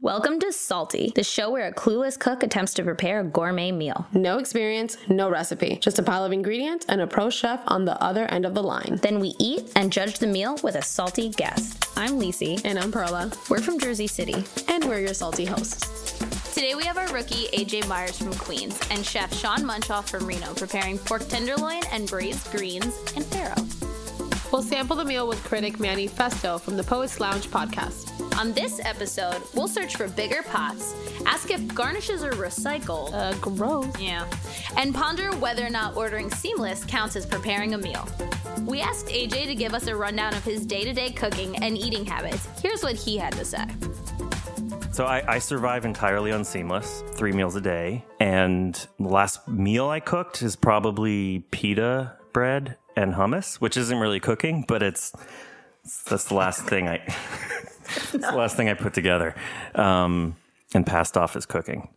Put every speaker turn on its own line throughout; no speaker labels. Welcome to Salty, the show where a clueless cook attempts to prepare a gourmet meal.
No experience, no recipe, just a pile of ingredients and a pro chef on the other end of the line.
Then we eat and judge the meal with a salty guest. I'm Lisi.
And I'm Perla,
We're from Jersey City.
and we're your salty hosts.
Today we have our rookie AJ Myers from Queens and chef Sean Munchoff from Reno preparing pork tenderloin and braised greens and farro.
We'll sample the meal with critic Manny Festo from the Poets Lounge podcast.
On this episode, we'll search for bigger pots, ask if garnishes are recycled,
Uh, gross.
yeah, and ponder whether or not ordering seamless counts as preparing a meal. We asked AJ to give us a rundown of his day-to-day cooking and eating habits. Here's what he had to say.
So I, I survive entirely on seamless, three meals a day. And the last meal I cooked is probably pita bread and hummus, which isn't really cooking, but it's that's the last thing I that's the last thing I put together um, and passed off as cooking.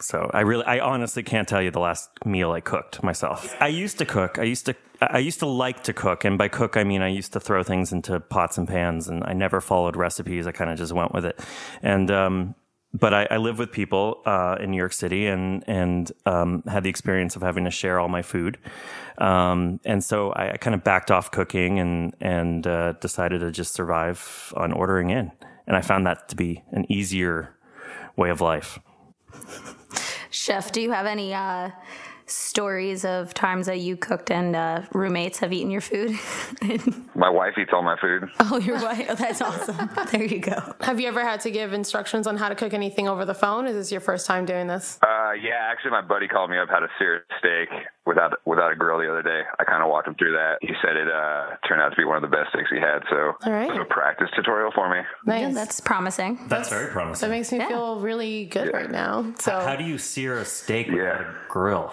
So I really, I honestly can't tell you the last meal I cooked myself. I used to cook. I used to, I used to like to cook, and by cook I mean I used to throw things into pots and pans, and I never followed recipes. I kind of just went with it, and um, but I, I live with people uh, in New York City, and and um, had the experience of having to share all my food, um, and so I, I kind of backed off cooking and and uh, decided to just survive on ordering in, and I found that to be an easier way of life.
Chef, do you have any uh, stories of times that you cooked and uh, roommates have eaten your food?
My wife eats all my food. Uh,
Oh, you're right. Oh, that's awesome. there you go.
Have you ever had to give instructions on how to cook anything over the phone? Is this your first time doing this?
Uh, yeah, actually, my buddy called me up had a seared steak without without a grill the other day. I kind of walked him through that. He said it uh, turned out to be one of the best steaks he had. So
All right.
it was a practice tutorial for me.
Nice.
That's promising.
That's very promising.
that makes me feel really good right now. So
How do you sear a steak without
Yeah.
a grill?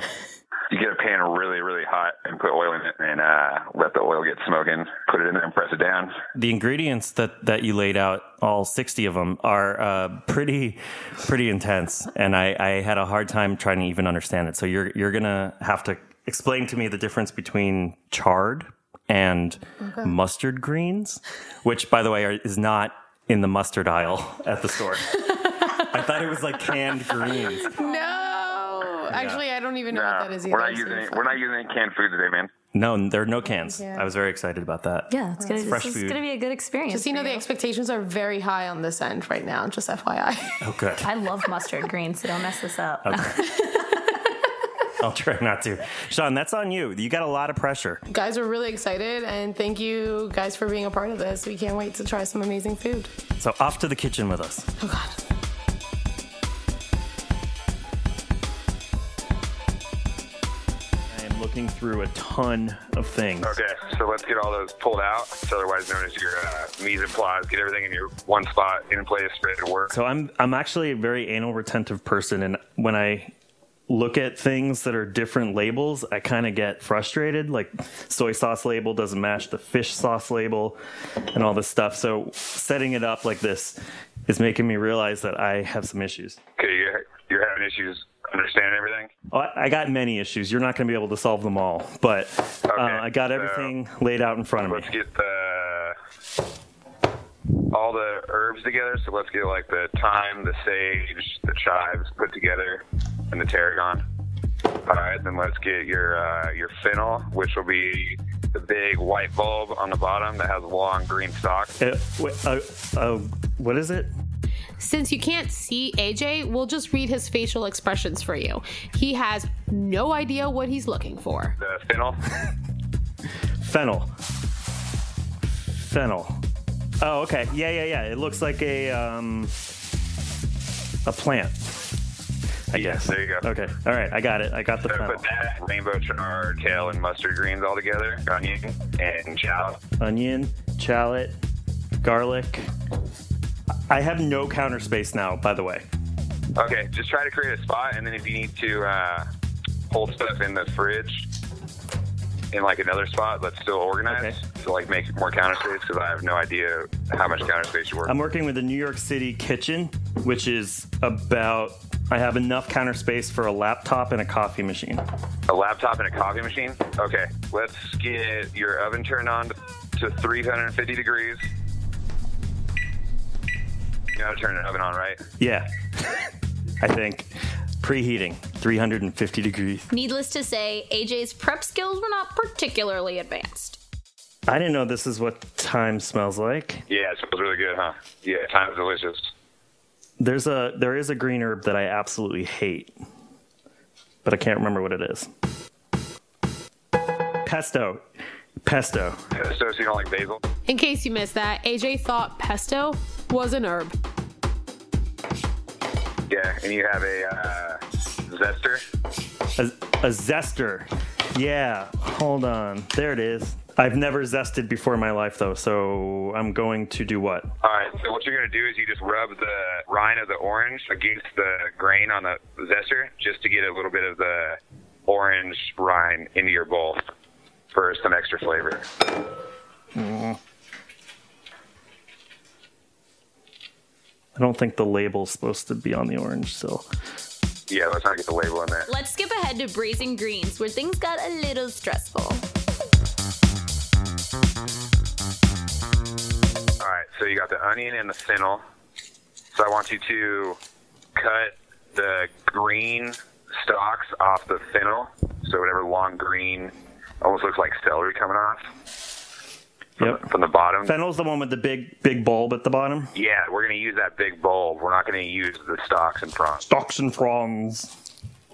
You get a pan really, really hot and put oil in it, and uh, let the oil get smoking. Put it in there and press it down.
The ingredients that that you laid out, all sixty of them, are uh, pretty pretty intense, and I, I had a hard time trying to even understand it. So you're you're gonna have to explain to me the difference between chard and mustard greens, which, by the way, are, is not in the mustard aisle at the store. I thought it was like canned greens.
no. Actually, I don't even know
Uh,
what that is either.
we're not
so
using any,
fun.
we're not using any canned food today, man.
No, there are no cans.
Yeah.
I was very excited about that.
Yeah, it's gonna,
Fresh
this is
food.
gonna be a good experience.
Just, you know, the expectations are very high on this end right now, just FYI.
Oh, good.
I love mustard greens, so don't mess this up.
I'll try not to. Sean, that's on you. You got a lot of pressure.
guys we're really excited and thank you guys for being a part of this we can't wait to try some amazing food
So off to the kitchen with us.
oh god
I am looking through a ton of things.
Okay, so let's get all those pulled out. It's otherwise known as your uh, mise en place. Get everything in your one spot, in place, ready to work.
So I'm I'm actually a very anal retentive person and when I look at things that are different labels, I kind of get frustrated like soy sauce label doesn't match the fish sauce label and all this stuff. So setting it up like this is making me realize that I have some issues.
Okay, you're, you're having issues understanding everything.
Oh, I I got many issues. You're not going to be able to solve them all, but uh,
Okay,
I got
so-
everything laid out in front of me.
Let's get the all the herbs together. So let's get like the thyme, the sage, the chives put together, and the tarragon. All right, then let's get your uh, your fennel, which will be the big white bulb on the bottom that has a long green stalk.
Uh, wait, uh, uh, what is it?
Since you can't see AJ, we'll just read his facial expressions for you. He has no idea what he's looking for.
The fennel.
Fennel. Fennel. Oh, okay. Yeah, yeah, yeah. It looks like a um, a plant. I guess.
there you go.
Okay. All right. I got it. I got the
So
fennel.
put that rainbow chard, kale, and mustard greens all together, onion and chow.
Onion, shallot, garlic. I have no counter space now. By the way.
Okay, just try to create a spot, and then if you need to uh, hold stuff in the fridge in like another spot, let's still organize
Okay.
to like make more counter space because I have no idea how much counter space you work.
I'm working with the New York City kitchen, which is about. I have enough counter space for a laptop and a coffee machine.
a laptop and a coffee machine. Okay, let's get your oven turned on to 350 degrees.
You know how to turn an oven on, right?
Yeah. I think preheating 350 degrees.
Needless to say, AJ's prep skills were not particularly advanced.
I didn't know this is what thyme smells like.
Yeah, it smells really good, huh? Yeah, time's delicious.
There's a there is a green herb that I absolutely hate, but I can't remember what it is. Pesto. Pesto.
So, so you don't like basil?
In case you missed that, AJ thought pesto was an herb.
Yeah, and you have a uh, zester.
A, a zester. Yeah, hold on. There it is. I've never zested before in my life though, so I'm going to do what?
All right, so what you're gonna do is you just rub the rind of the orange against the grain on the zester, just to get a little bit of the orange rind into your bowl for some extra flavor.
I don't think the label's supposed to be on the orange, so
Yeah, let's not get the label in there.
Let's skip ahead to Brazen Greens, where things got a little stressful.
All right, so you got the onion and the fennel. So I want you to cut the green stalks off the fennel. So whatever long green, almost looks like celery coming off
Yep.
from the bottom.
Fennel's the one with the big big bulb at the bottom.
Yeah, we're gonna use that big bulb. We're not gonna use the stalks in front.
Stocks and fronds.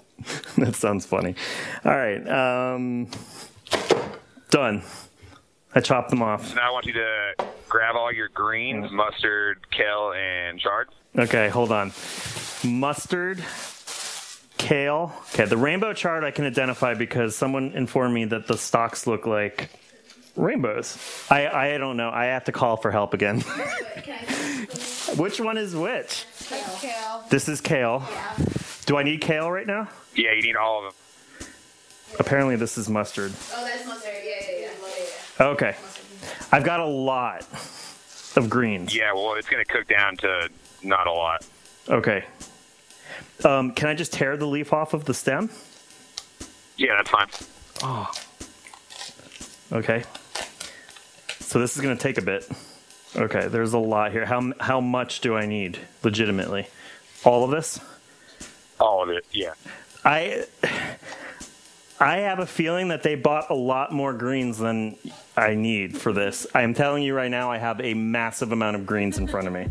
that sounds funny. All right. Um, done. I chopped them off.
Now I want you to grab all your greens, mustard, kale, and chard.
Okay, hold on. Mustard, kale. Okay, the rainbow chard I can identify because someone informed me that the stalks look like rainbows. I, I don't know. I have to call for help again. which one is which? This is kale. Do I need kale right now?
Yeah, you need all of them.
Apparently, this is Oh, mustard. Okay. I've got a lot of greens.
Yeah, well, it's gonna cook down to not a lot.
Okay. Um, can I just tear the leaf off of the stem?
Yeah, that's fine.
Okay. So this is going to take a bit. Okay, there's a lot here. How how much do I need legitimately? All of this?
All of it. Yeah.
I I have a feeling that they bought a lot more greens than I need for this. I am telling you right now I have a massive amount of greens in front of me.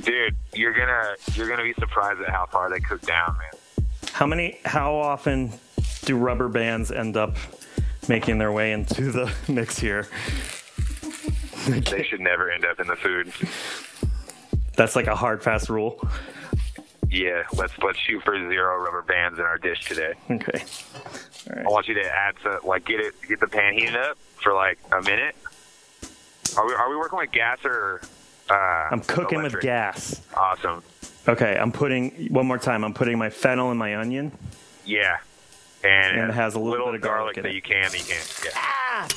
Dude, you're gonna you're gonna be surprised at how far they cook down, man.
How many? How often do rubber bands end up making their way into the mix here?
They should never end up in the food.
That's like a hard fast rule.
Yeah, let's let's shoot for zero rubber bands in our dish today.
Okay.
I want you to add some, like get it get the pan heated up for like a minute. Are we are we working with gas or? Uh,
I'm cooking with
electric?
gas.
Awesome.
Okay, I'm putting one more time. I'm putting my fennel and my onion.
Yeah. And,
And it has a little bit of garlic in
that
it.
you can you can. Yeah.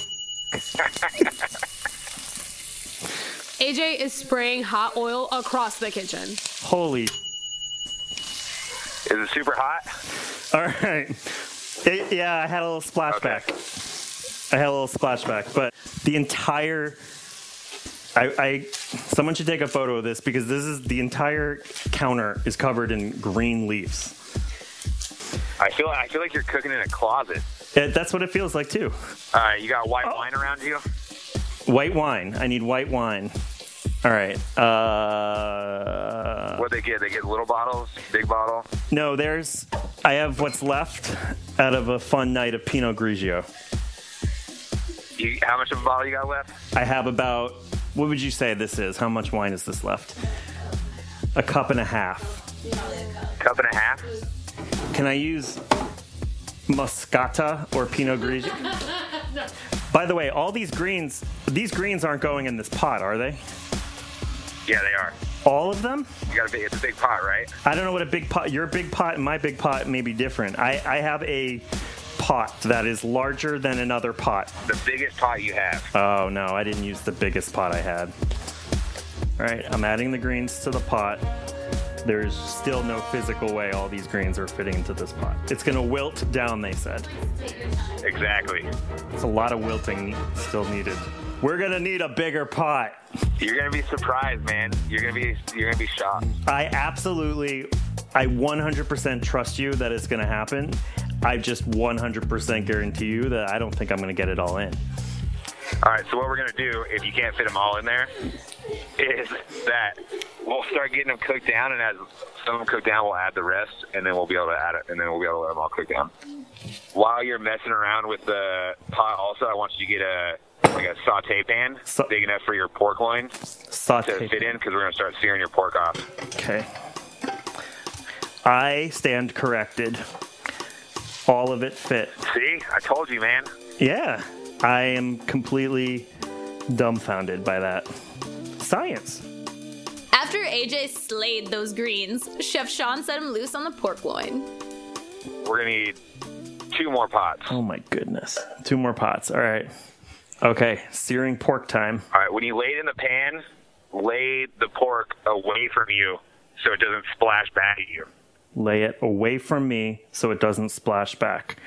AJ is spraying hot oil across the kitchen.
Holy!
Is it super hot?
All right. It- yeah, I had a little splashback. I had a little splashback, but the entire. I, I someone should take a photo of this because this is the entire counter is covered in green leaves.
I feel I feel like you're cooking in a closet.
It, that's what it feels like too.
All right, you got white
Oh.
wine around you.
White wine. I need white wine. All right. Uh,
What they get? They get little bottles, big bottle.
no, there's. I have what's left out of a fun night of Pinot Grigio.
You, how much of a bottle you got left?
I have about. What would you say this is? How much wine is this left? A cup and a half.
Cup and a half.
Can I use Moscata or Pinot Grigio? By the way, all these greens, these greens aren't going in this pot, are they?
Yeah, they are.
All of them?
You got a big. It's a big pot, right?
I don't know what a big pot. Your big pot and my big pot may be different. I, I have a pot that is larger than another pot.
The biggest pot you have.
Oh no, I didn't use the biggest pot I had. All right, I'm adding the greens to the pot. There's still no physical way all these greens are fitting into this pot. It's gonna wilt down, they said.
Exactly.
It's a lot of wilting still needed. We're gonna need a bigger pot.
You're gonna be surprised, man. You're gonna be you're gonna be shocked.
I absolutely, I 100% trust you that it's gonna happen. I just 100% guarantee you that I don't think I'm gonna get it all in.
All right, so what we're gonna do, if you can't fit them all in there, is that we'll start getting them cooked down, and as some of them cook down, we'll add the rest, and then we'll be able to add it, and then we'll be able to let them all cook down. While you're messing around with the pot, also, I want you to get a like a saute pan
Sa-
big enough for your pork loin to
Saute.
fit in, because we're gonna start searing your pork off.
Okay. I stand corrected. All of it fit.
See, I told you, man.
Yeah, I am completely dumbfounded by that. Science.
After AJ slayed those greens, Chef Sean set him loose on the pork loin.
We're gonna need two more pots.
Oh my goodness. Two more pots. All right. Okay, searing pork time.
All right, when you lay it in the pan, lay the pork away from you so it doesn't splash back at you.
Lay it away from me so it doesn't splash back.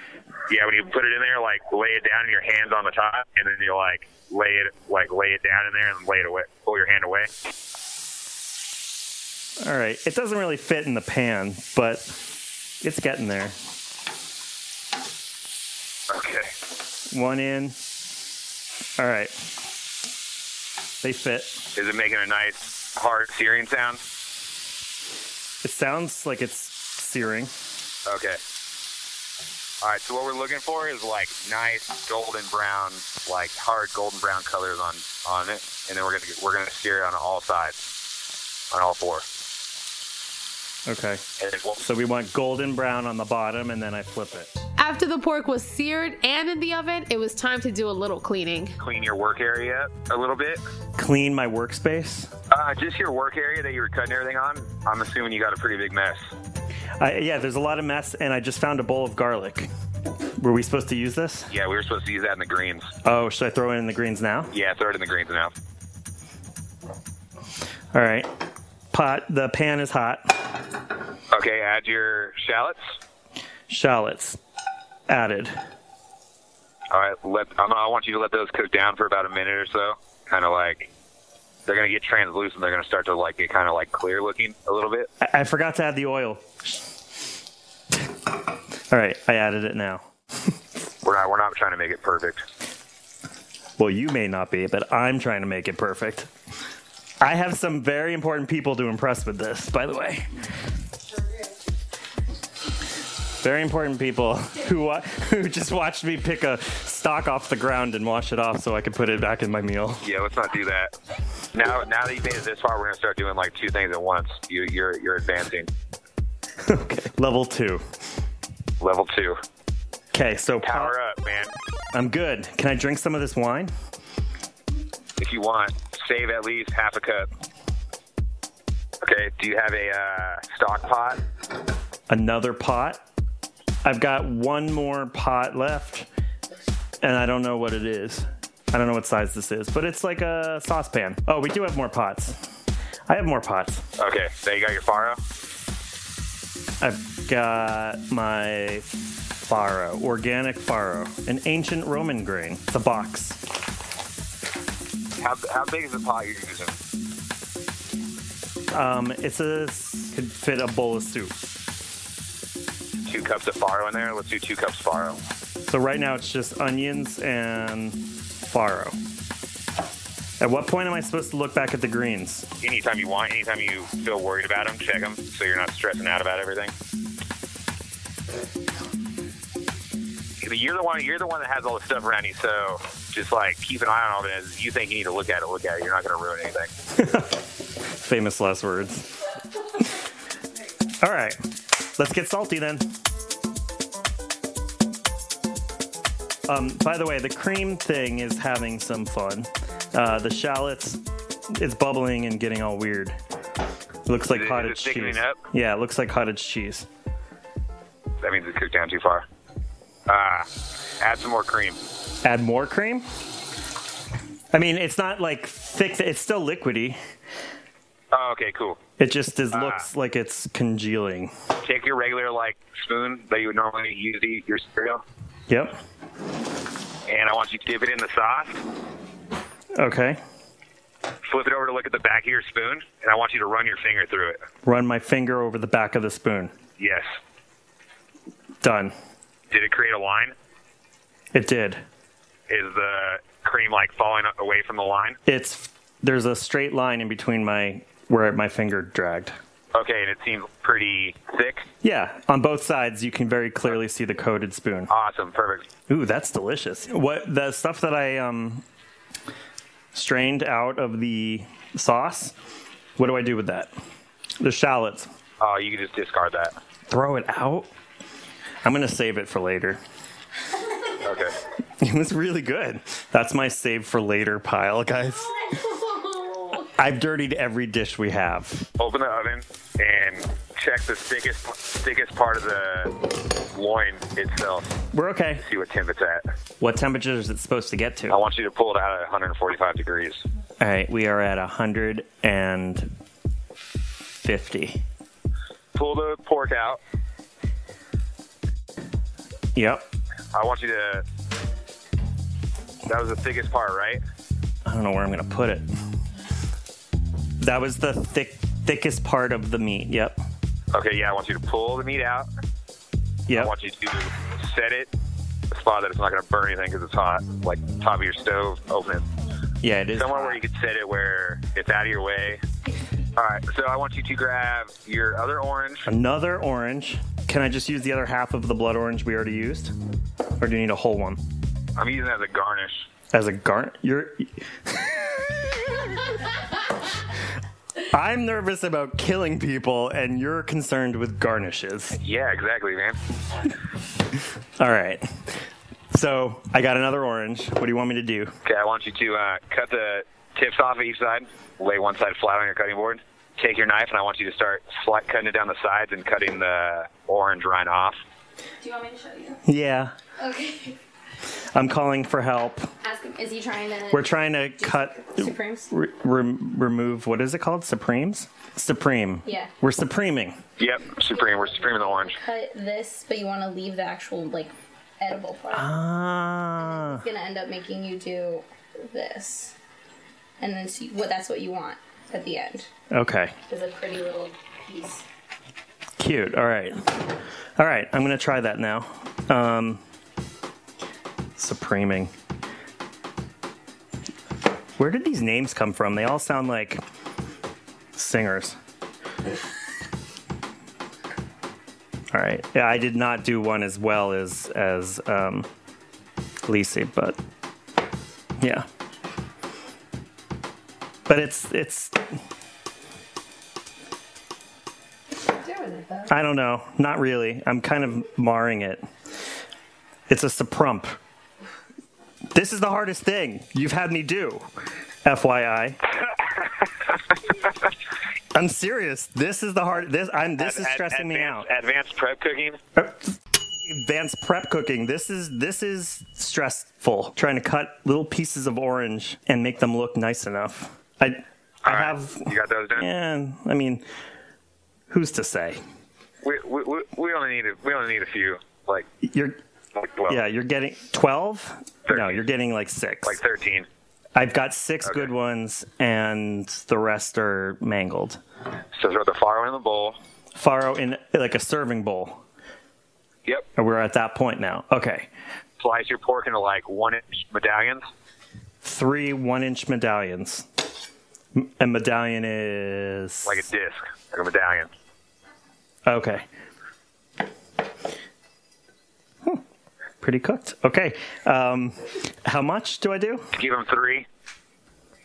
Yeah, when you put it in there, like lay it down and your hands on the top, and then you like lay it like lay it down in there and lay it away, pull your hand away.
All right. It doesn't really fit in the pan, but it's getting there.
Okay.
One in. All right. They fit.
Is it making a nice hard searing sound?
It sounds like it's searing.
Okay. All right, so what we're looking for is like nice golden brown, like hard golden brown colors on on it, and then we're gonna we're gonna sear it on all sides, on all four.
Okay.
And then we'll-
So we want golden brown on the bottom, and then I flip it.
After the pork was seared and in the oven, it was time to do a little cleaning.
clean your work area up a little bit.
Clean my workspace.
Uh, just your work area that you were cutting everything on. I'm assuming you got a pretty big mess.
I, yeah, there's a lot of mess, and I just found a bowl of garlic. Were we supposed to use this?
Yeah, we were supposed to use that in the greens.
Oh, should I throw it in the greens now?
Yeah, throw it in the greens now.
All right. Pot. The pan is hot.
Okay, add your shallots.
Shallots added.
All right, let I'm, I want you to let those cook down for about a minute or so. Kind of like they're gonna get translucent. They're gonna start to like get kind of like clear looking a little bit.
I, I forgot to add the oil. All right, I added it now.
We're not we're not trying to make it perfect.
Well, you may not be, but I'm trying to make it perfect. I have some very important people to impress with this, by the way. Very important people who wa- who just watched me pick a stock off the ground and wash it off so I could put it back in my meal.
Yeah, let's not do that. Now now that you've made it this far, we're gonna start doing like two things at once. You you're you're advancing.
Okay. Level two.
Level two.
Okay, so
Power up, man.
I'm good. Can I drink some of this wine?
if you want, save at least half a cup. Okay, do you have a uh, stock pot?
Another pot. I've got one more pot left, and I don't know what it is. I don't know what size this is, but it's like a saucepan. Oh, we do have more pots. I have more pots.
Okay, there you got your faro.
I've got my faro, organic faro, an ancient Roman grain. It's a box.
How, how big is the pot you're using?
Um, it's a could fit a bowl of soup.
Two cups of faro in there. Let's do two cups faro.
So right now it's just onions and faro. At what point am I supposed to look back at the greens?
Anytime you want, anytime you feel worried about them, check them so you're not stressing out about everything. You're the one. You're the one that has all the stuff around you. So just like keep an eye on all this. You think you need to look at it, look at it. You're not going to ruin anything.
Famous last words. All right, let's get salty then. Um, by the way, the cream thing is having some fun. Uh, the shallots, it's bubbling and getting all weird. looks like
Is it- is it
cottage
thickening
cheese.
up?
Yeah, it looks like cottage cheese.
That means it's cooked down too far. Ah, add some more cream.
add more cream? I mean, it's not like thick. It's still liquidy.
Oh, okay, cool.
It just
Ah.
is, looks like it's congealing.
Take your regular like spoon that you would normally use to eat your cereal,
Yep.
and I want you to dip it in the sauce,
Okay.
Flip it over to look at the back of your spoon, and I want you to run your finger through it.
Run my finger over the back of the spoon.
Yes.
Done.
Did it create a line?
It did.
Is the cream like falling away from the line?
It's there's a straight line in between my where my finger dragged.
Okay, and it seems pretty thick.
Yeah, on both sides you can very clearly see the coated spoon.
Awesome, perfect.
Ooh, that's delicious. What the stuff that I um strained out of the sauce? What do I do with that? The shallots.
Oh, you can just discard that.
Throw it out. I'm gonna save it for later.
Okay.
It was really good. That's my save for later pile, guys. I've dirtied every dish we have.
Open the oven and check the thickest thickest part of the loin itself.
We're okay.
See what temp it's at.
What temperature is it supposed to get to?
I want you to pull it out at 145 degrees.
All right, we are at 150.
Pull the pork out.
Yep.
I want you to. That was the thickest part, right?
I don't know where I'm going to put it. That was the thick thickest part of the meat. Yep.
Okay, yeah. I want you to pull the meat out. I
Yep.
want you to set it a spot that it's not going to burn anything because it's hot, like top of your stove. Open it
Yeah, it is.
somewhere where you can set it where it's out of your way. All right, so I want you to grab your other orange.
Another orange. Can I just use the other half of the blood orange we already used? Or do you need a whole one?
I'm using it as a garnish.
As a garn, you're. I'm nervous about killing people, and you're concerned with garnishes.
Yeah, exactly, man.
All right. So I got another orange. What do you want me to do?
Okay, I want you to uh, cut the tips off of each side, lay one side flat on your cutting board. Take your knife, and I want you to start slight cutting it down the sides and cutting the orange rind off.
Do you want me to show you?
Yeah,
Okay.
I'm calling for help.
Ask him. Is he trying to?
We're trying to cut,
Supremes?
re- re- remove what is it called? Supremes? Supreme.
Yeah.
We're supreming.
Yep, supreme. We're supreme in the orange.
Cut this, but you want to leave the actual like edible part.
Ah.
It's gonna end up making you do this, and then see what that's what you want at the end.
Okay.
Is a pretty little piece.
Cute. All right. All right. I'm going to try that now. Um, supreming. Where did these names come from? They all sound like singers. All right. Yeah, I did not do one as well as as um, Lisi, but yeah. But it's it's I don't know. Not really. I'm kind of marring it. It's a suprump. This is the hardest thing you've had me do, FYI. I'm serious. This is the hard. This I'm. This is
Ad-
stressing me out.
advanced- Advanced prep cooking.
Advanced prep cooking. This is this is stressful. Trying to cut little pieces of orange and make them look nice enough. I I
All right,
have.
You got those done.
Yeah. I mean, who's to say?
We, we, we, we only need a, we only need a few like
You're
like well,
Yeah, you're getting 12? No,
Thirteen.
you're getting like six.
like thirteen.
I've got six good
Okay.
ones, and the rest are mangled.
So throw the faro in the bowl.
Faro in like a serving bowl.
Yep.
And We're at that point now. Okay.
Slice your pork into like one inch medallions.
Three one inch medallions. M- A medallion is.
Like a disc. Like a medallion.
Okay. Hmm. Pretty cooked. Okay. Um, how much do I do?
Give them three.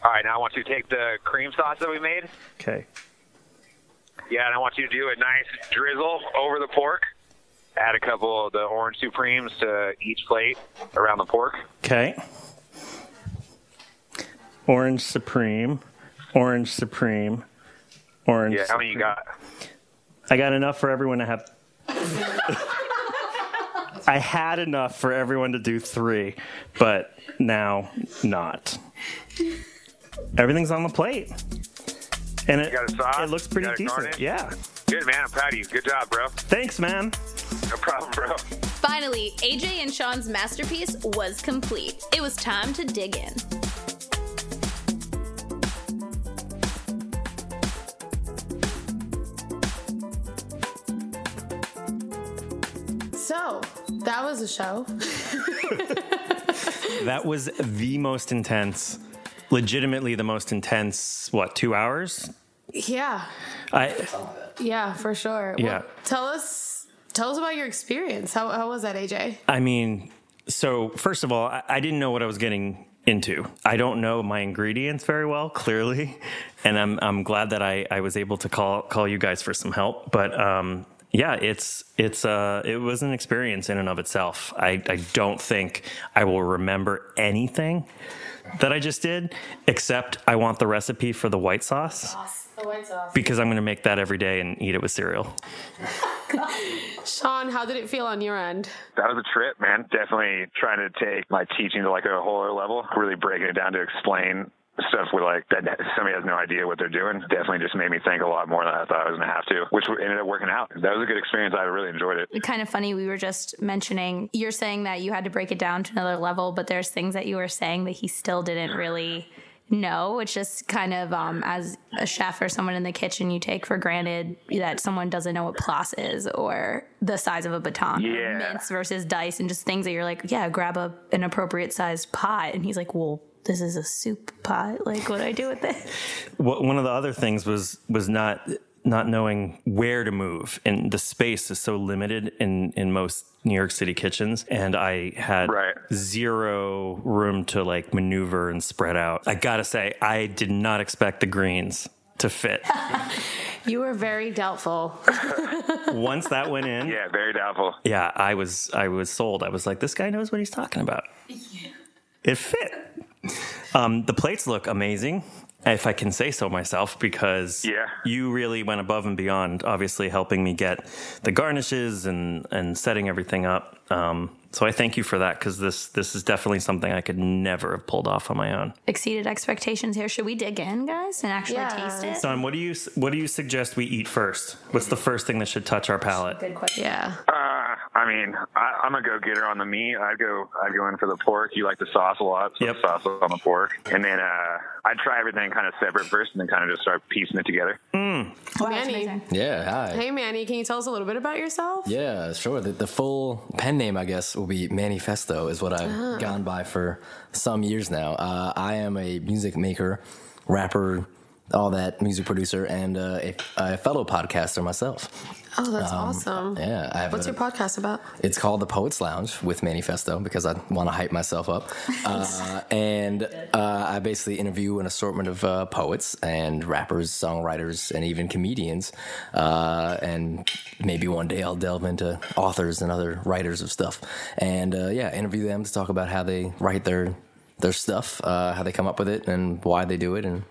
All right, now I want you to take the cream sauce that we made.
Okay.
Yeah, and I want you to do a nice drizzle over the pork. Add a couple of the orange supremes to each plate around the pork.
Okay. Orange Supreme. Orange Supreme. Orange.
Yeah, how many you
Supreme.
got?
I got enough for everyone to have. I had enough for everyone to do three, but now not. Everything's on the plate, and it,
You got a sauce?
it looks
You
pretty
got a
decent.
garnish?
Yeah.
Good man, I'm proud of you. Good job, bro.
Thanks, man.
No problem, bro.
Finally, AJ and Sean's masterpiece was complete. It was time to dig in.
So that was a show.
That was the most intense, legitimately the most intense, what, two hours?
yeah,
I,
yeah, for sure.
Yeah.
tell us, tell us about your experience. How how was that, AJ?
I mean, so first of all, I, I didn't know what I was getting into. I don't know my ingredients very well, clearly, and I'm I'm glad that I, I was able to call call you guys for some help. But um, yeah, it's it's uh it was an experience in and of itself. I I don't think I will remember anything that I just did, except I want the recipe for the white sauce
The white sauce.
because I'm going to make that every day and eat it with cereal.
Sean, how did it feel on your end?
That was a trip, man. Definitely trying to take my teaching to like a whole other level, really breaking it down to explain stuff with like that somebody has no idea what they're doing. Definitely just made me think a lot more than I thought I was gonna have to, which ended up working out. That was a good experience. I really enjoyed it.
kind of funny. We were just mentioning, you're saying that you had to break it down to another level, but there's things that you were saying that he still didn't really know. It's just kind of um, as a chef or someone in the kitchen, you take for granted that someone doesn't know what plas is or the size of a baton, or
Yeah.
mince versus dice, and just things that you're like, yeah, grab a, an appropriate sized pot. And he's like, well, this is a soup pot. Like, what do I do with this?
what, one of the other things was was not not knowing where to move and the space is so limited in in most New York City kitchens and I had
Right.
zero room to like maneuver and spread out. I got to say I did not expect the greens to fit.
You were very doubtful.
Once that went in,
Yeah, very doubtful.
yeah, I was I was sold. I was like, this guy knows what he's talking about. It fit. Um, the plates look amazing, if I can say so myself, because
Yeah.
you really went above and beyond. Obviously, helping me get the garnishes and and setting everything up. Um, so I thank you for that because this this is definitely something I could never have pulled off on my own.
Exceeded expectations here. Should we dig in, guys, and actually
Yeah.
taste it?
Don, what do you what do you suggest we eat first? What's the first thing that should touch our palate?
Yeah.
Uh, I mean, I, I'm a go getter on the meat. I'd go, I'd go in for the pork. You like the sauce a lot, so
Yep.
sauce on the pork, and then uh, I'd try everything kind of separate first, and then kind of just start piecing it together.
Manny.
Yeah, hi.
Hey, Manny, can you tell us a little bit about yourself?
Yeah, sure. The, the full pen name, I guess, will be Manifesto, is what I've gone by for some years now. Uh, I am a music maker, rapper, all that, music producer, and uh, a, a fellow podcaster myself.
Oh, that's awesome.
um, Yeah, I have
What's
a-
your podcast about?
It's called The Poets Lounge with Manifesto because I want to hype myself up. Uh, and uh, I basically interview an assortment of uh, poets and rappers, songwriters, and even comedians. Uh, and maybe one day I'll delve into authors and other writers of stuff. And uh, yeah, interview them to talk about how they write their their stuff, uh, how they come up with it, and why they do it. And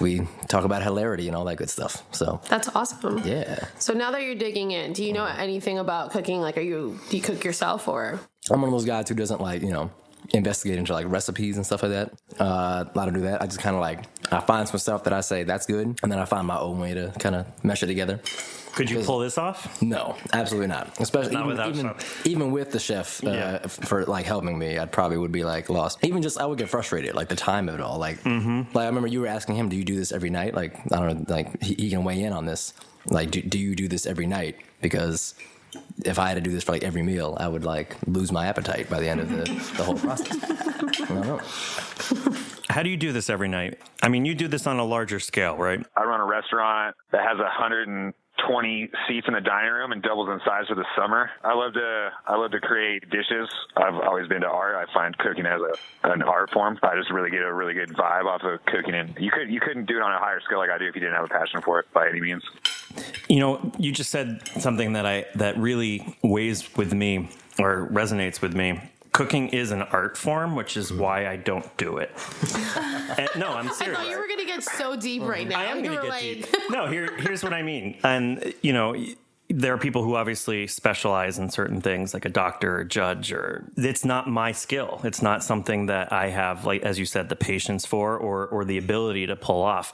we talk about hilarity and all that good stuff. So
That's awesome.
yeah. Mm.
So now that you're digging in, do you know anything about cooking? Like, are you do you cook yourself or?
I'm one of those guys who doesn't like, you know, investigate into like recipes and stuff like that. Uh, a lot of do that. I just kind of like, I find some stuff that I say that's good, and then I find my own way to kind of mesh it together.
Could you pull this off?
No, absolutely not. Especially
Not
even,
without
even,
some-
even with the chef uh,
Yeah.
f- for like helping me, I probably would be like lost. Even just I would get frustrated, like the time of it all. Like,
Mm-hmm.
like I remember you were asking him, "Do you do this every night?" Like I don't know, like he, he can weigh in on this. Like, do, do you do this every night? Because if I had to do this for like every meal, I would like lose my appetite by the end of the, the whole process. I don't know.
How do you do this every night? I mean, you do this on a larger scale, right?
I run a restaurant that has 120 seats in the dining room and doubles in size for the summer. I love to I love to create dishes. I've always been to art. I find cooking as a, an art form. I just really get a really good vibe off of cooking, and you could you couldn't do it on a higher scale like I do if you didn't have a passion for it by any means.
you know you just said something that i that really weighs with me or resonates with me cooking is an art form which is why i don't do it And- no i'm
I
serious
thought you were gonna get so deep
Mm-hmm.
right now.
I am
You
going to
were
get
like-
deep. No, here, here's what I mean. And, you know, y- there are people who obviously specialize in certain things, like a doctor or judge, or it's not my skill. It's not something that I have, like, as you said, the patience for or, or the ability to pull off.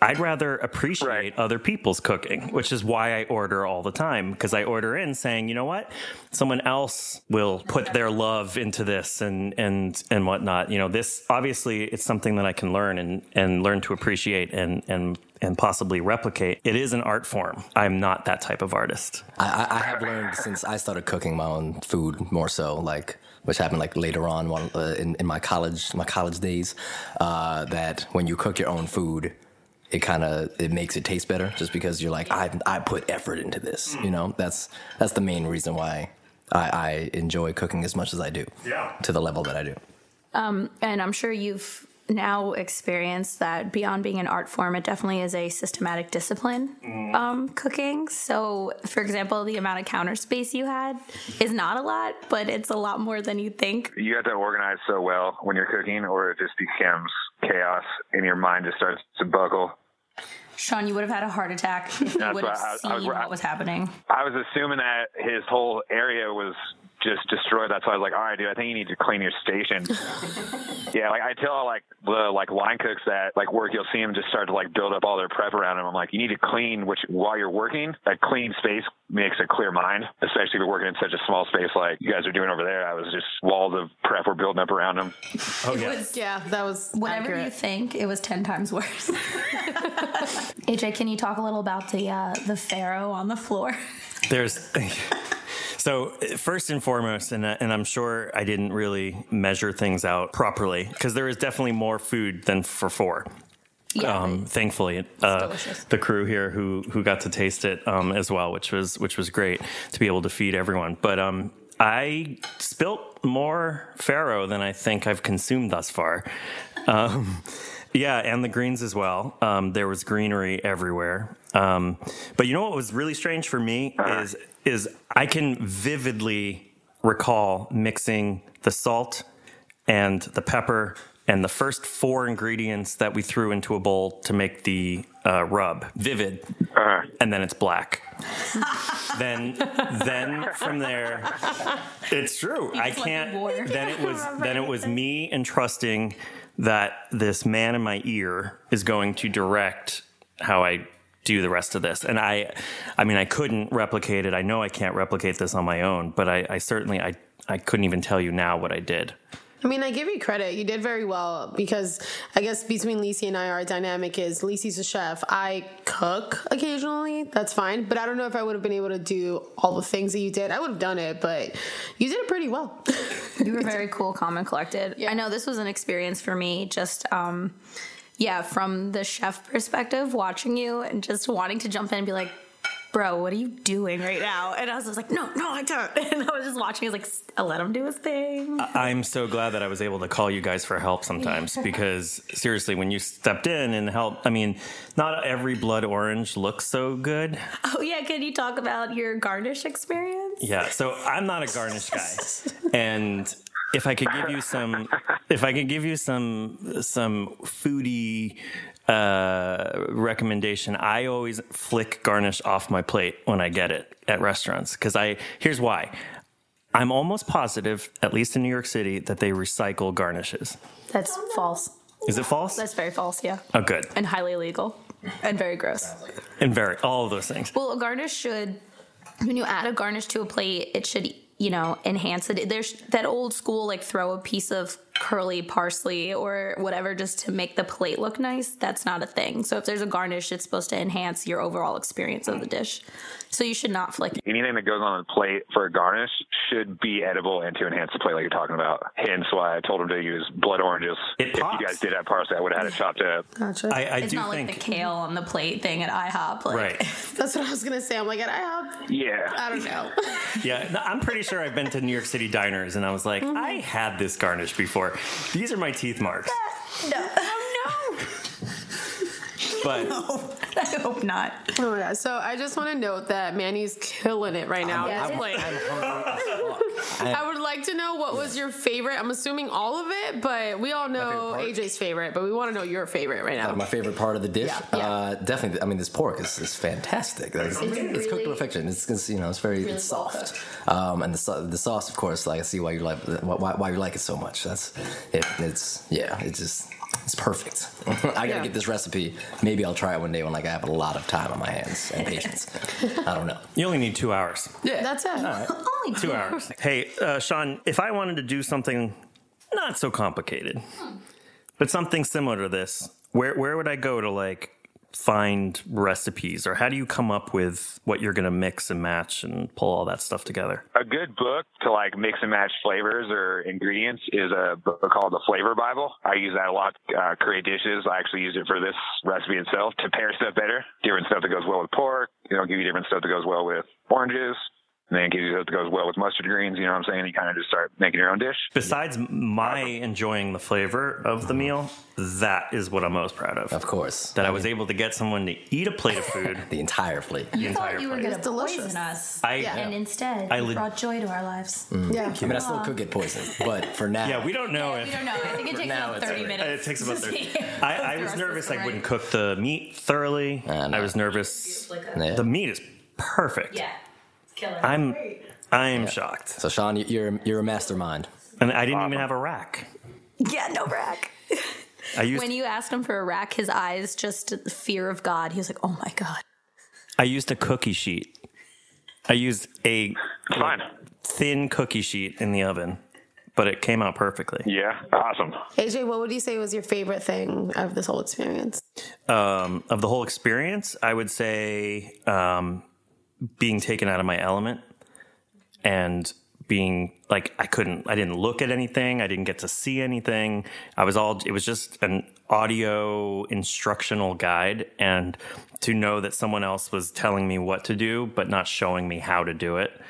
I'd rather appreciate
Right.
other people's cooking, which is why I order all the time because I order in saying, you know what, someone else will put their love into this and and and whatnot. You know, this obviously it's something that I can learn and and learn to appreciate and and and possibly replicate, it is an art form. I'm not that type of artist.
I, I, I have learned since I started cooking my own food more so, like which happened like later on while, uh, in, in my college my college days, uh, that when you cook your own food, it kind of it makes it taste better just because you're like I I put effort into this. You know that's that's the main reason why I, I enjoy cooking as much as I do.
Yeah.
To the level that I do.
and I'm sure you've now experienced that beyond being an art form, it definitely is a systematic discipline.
Mm.
Um, cooking. So, for example, the amount of counter space you had is not a lot, but it's a lot more than you think.
You have to organize so well when you're cooking, or it just becomes chaos, and your mind just starts to buckle.
Sean, you would have had a heart attack if you
That's
would have
why I- I-
seen what was happening.
I was assuming that his whole area was just destroyed. That's why I was like, all right, dude, I think you need to clean your station. yeah, like I tell like the like line cooks that like work, you'll see them just start to like build up all their prep around them. I'm like, you need to clean, which while you're working, a clean space makes a clear mind, especially if you're working in such a small space like you guys are doing over there. I was just walls of prep were building up around them.
Oh, yeah.
Yeah, that was
Whatever you
accurate.
think, it was ten times worse. AJ, can you talk a little about the uh, the pharaoh on the floor?
There's so first and foremost, and and I'm sure I didn't really measure things out properly because there is definitely more food than for four. um, thankfully, uh, the crew here who who got to taste it um, as well, which was which was great to be able to feed everyone. But um, I spilt more farro than I think I've consumed thus far. Um, yeah, and the greens as well. Um, there was greenery everywhere. Um, but you know what was really strange for me is is I can vividly recall mixing the salt and the pepper and the first four ingredients that we threw into a bowl to make the uh, rub vivid and then it's black then then from there it's true i can't then it was then it was me entrusting that this man in my ear is going to direct how i do the rest of this and i i mean i couldn't replicate it i know i can't replicate this on my own but i, I certainly i i couldn't even tell you now what i did
I mean, I give you credit. You did very well because I guess between Lisi and I, our dynamic is Lisi's a chef. I cook occasionally. That's fine. But I don't know if I would have been able to do all the things that you did. I would have done it, but you did it pretty well.
You were very cool, calm, and collected. I know this was an experience for me. Just, um, yeah, from the chef perspective, watching you and just wanting to jump in and be like, "Bro, what are you doing right now?" And I was just like, "No, no, I don't." And I was just watching. I was like, "S- "I "Let him do his thing."
I'm so glad that I was able to call you guys for help sometimes because seriously, when you stepped in and helped, I mean, not every blood orange looks so good.
oh yeah, can you talk about your garnish experience?
Yeah, so I'm not a garnish guy, and if I could give you some, if I could give you some some foodie uh, recommendation, I always flick garnish off my plate when I get it at restaurants because I here's why. I'm almost positive, at least in New York City, that they recycle garnishes.
That's false.
Is it false?
That's very false. Yeah,
Oh, good.
and highly illegal, and very gross.
And very, all of those things.
Well, a garnish should, when you add a garnish to a plate, it should, you know, enhance it. There's that old school, like throw a piece of curly parsley or whatever just to make the plate look nice. That's not a thing. So if there's a garnish, it's supposed to enhance your overall experience of the dish. So you should not flick it.
anything that goes on the plate for a garnish should be edible and to enhance the plate, like you're talking about. Hence why I told him to use blood oranges.
It
if
pops.
you guys did have parsley, I would have had it chopped up.
Gotcha.
I, I
It's
do
not
think.
like the kale on the plate thing at IHOP. Like,
Right.
That's what I was going to say. I'm like, at IHOP,
Yeah.
I don't know.
Yeah. No, I'm pretty sure I've been to New York City diners and I was
Mm-hmm.
like, I had this garnish before. These are my teeth marks. But
I hope not.
oh, yeah. So I just want to note that Manny's killing it right now.
Yeah,
Just
I'm-
like- I
I,
would like to know what was your favorite. I'm assuming all of it, but we all know
favorite part?
AJ's favorite, but we want to know your favorite right now.
my favorite part of the dish,
Yeah. Yeah.
Uh, definitely. I mean, this pork is, is fantastic. It's, it's, cooked to perfection. It's, it's, you know, it's very it's soft, um, and the, sau- the sauce, of course. Like I see why you like why, why you like it so much. That's it, it's yeah. It's just it's perfect. I gotta
Yeah.
get this recipe. Maybe I'll try it one day when like I have a lot of time on my hands and patience. I don't know.
you only need two hours.
Yeah,
That's it.
Only
Two hours. Hey, uh, Sean, if I wanted to do something not
Hmm.
so complicated, but something similar to this, where, where would I go to like find recipes or how do you come up with what you're going to mix and match and pull all that stuff together?
a good book to like mix and match flavors or ingredients is a book called the Flavor Bible. I use that a lot. Uh, create dishes. I actually use it for this recipe itself to pair stuff better. Different stuff that goes well with pork. You know, give you different stuff that goes well with oranges. And then gives you stuff that goes well with mustard greens. You know what I'm saying? You kind of just start making your own dish.
Besides my enjoying the flavor of the meal, that is what I'm most proud of.
Of course,
That I was able to get someone to eat a plate of food.
the entire fleet.
the entire
you were
plate.
going to
delicious.
poison us.
I,
and instead,
I
you
leg-
brought joy to our lives.
Yeah.
I mean, I still could get poisoned, but for now,
yeah, we don't know if.
I don't know. I think it takes
now,
about
it's
30
over.
It
minutes.
takes about
to
30.
see
I, I
if
was
the
nervous
rest
I
is
wouldn't
right.
cook the meat thoroughly.
Uh, no.
I was nervous.
Yeah.
The meat is perfect.
Yeah. Kill it.
I'm I'm shocked.
so Sean, you- you're you're a mastermind.
And I didn't even have a rack.
yeah, no rack.
I used
When you asked him for a rack, his eyes just fear of God. He was like, "Oh my God."
I used a cookie sheet. I used a
Fun.
thin cookie sheet in the oven, but it came out perfectly.
Yeah. Awesome.
AJ, what would you say was your favorite thing of this whole experience?
Um, of the whole experience, I would say um, being taken out of my element and being like I couldn't I didn't look at anything, I didn't get to see anything. I was all it was just an audio instructional guide and to know that someone else was telling me what to do but not showing me how to do it.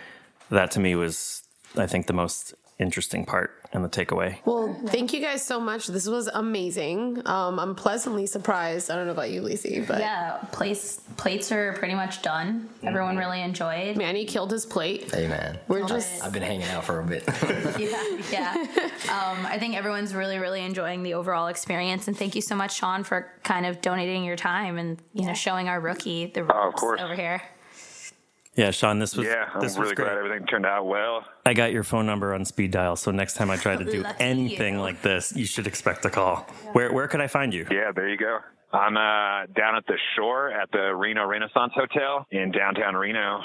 That to me was I think the most interesting part and the takeaway.
Well, thank you guys so much. This was amazing. Um, I'm pleasantly surprised. I don't know about you, Lisi, but
Yeah, plates plates are pretty much done. Everyone really enjoyed.
Manny killed his plate.
Hey man,
We're just
I've been hanging out for a bit.
yeah, yeah. Um, I think everyone's really, really enjoying the overall experience, and thank you so much, Sean, for kind of donating your time and you know showing our rookie the ropes
Oh, of course.
over here.
Yeah, Sean, this was
Yeah. I'm
this was
really
great.
glad everything turned out well.
I got your phone number on speed dial, so next time I try to do
Lucky
anything
you.
like this, you should expect a call. Where where could I find you?
Yeah, there you go. I'm uh, down at the shore at the Reno Renaissance Hotel in downtown Reno,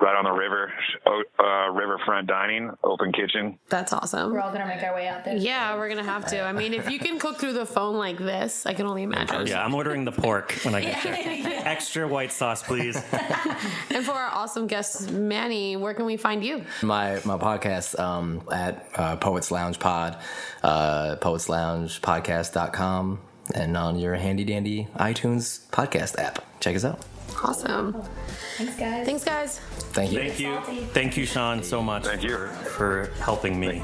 right on the river, o- uh, riverfront dining, open kitchen.
that's awesome.
We're all gonna make our way out there.
Yeah, we're gonna have to. I mean, if you can cook through the phone like this, I can only imagine.
Yeah, I'm ordering the pork when I get there. Extra white sauce, please.
And for our awesome guest, Manny, where can we find you?
my my podcast um, at uh, Poets Lounge Pod, uh, Poets Lounge Podcast.com, and on your handy dandy iTunes podcast app. Check us out.
Awesome.
Thanks, guys.
Thanks, guys.
Thank you.
Thank you. Thank you, Sean, so much
Thank you.
for helping me.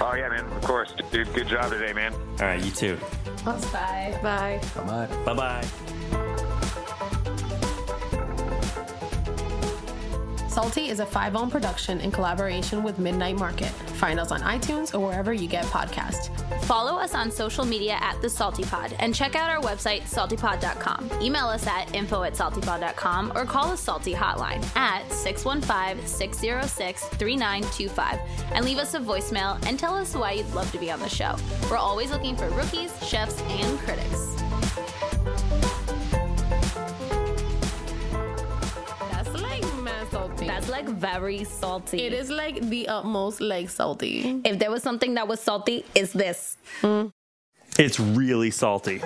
Oh, yeah, man. Of course. Dude, good job today, man.
All right, you too.
Bye.
Bye.
Bye.
Bye bye.
Salty is a Five Ohm production in collaboration with Midnight Market. Find us on iTunes or wherever you get podcasts.
Follow us on social media at The Salty Pod and check out our website, saltypod.com. Email us at info at saltypod.com or call the Salty Hotline at 615 606 3925 and leave us a voicemail and tell us why you'd love to be on the show. We're always looking for rookies, chefs, and critics.
That's like mad salty.
That's like very salty.
it is like the utmost like salty.
If there was something that was salty, it's this.
It's really salty.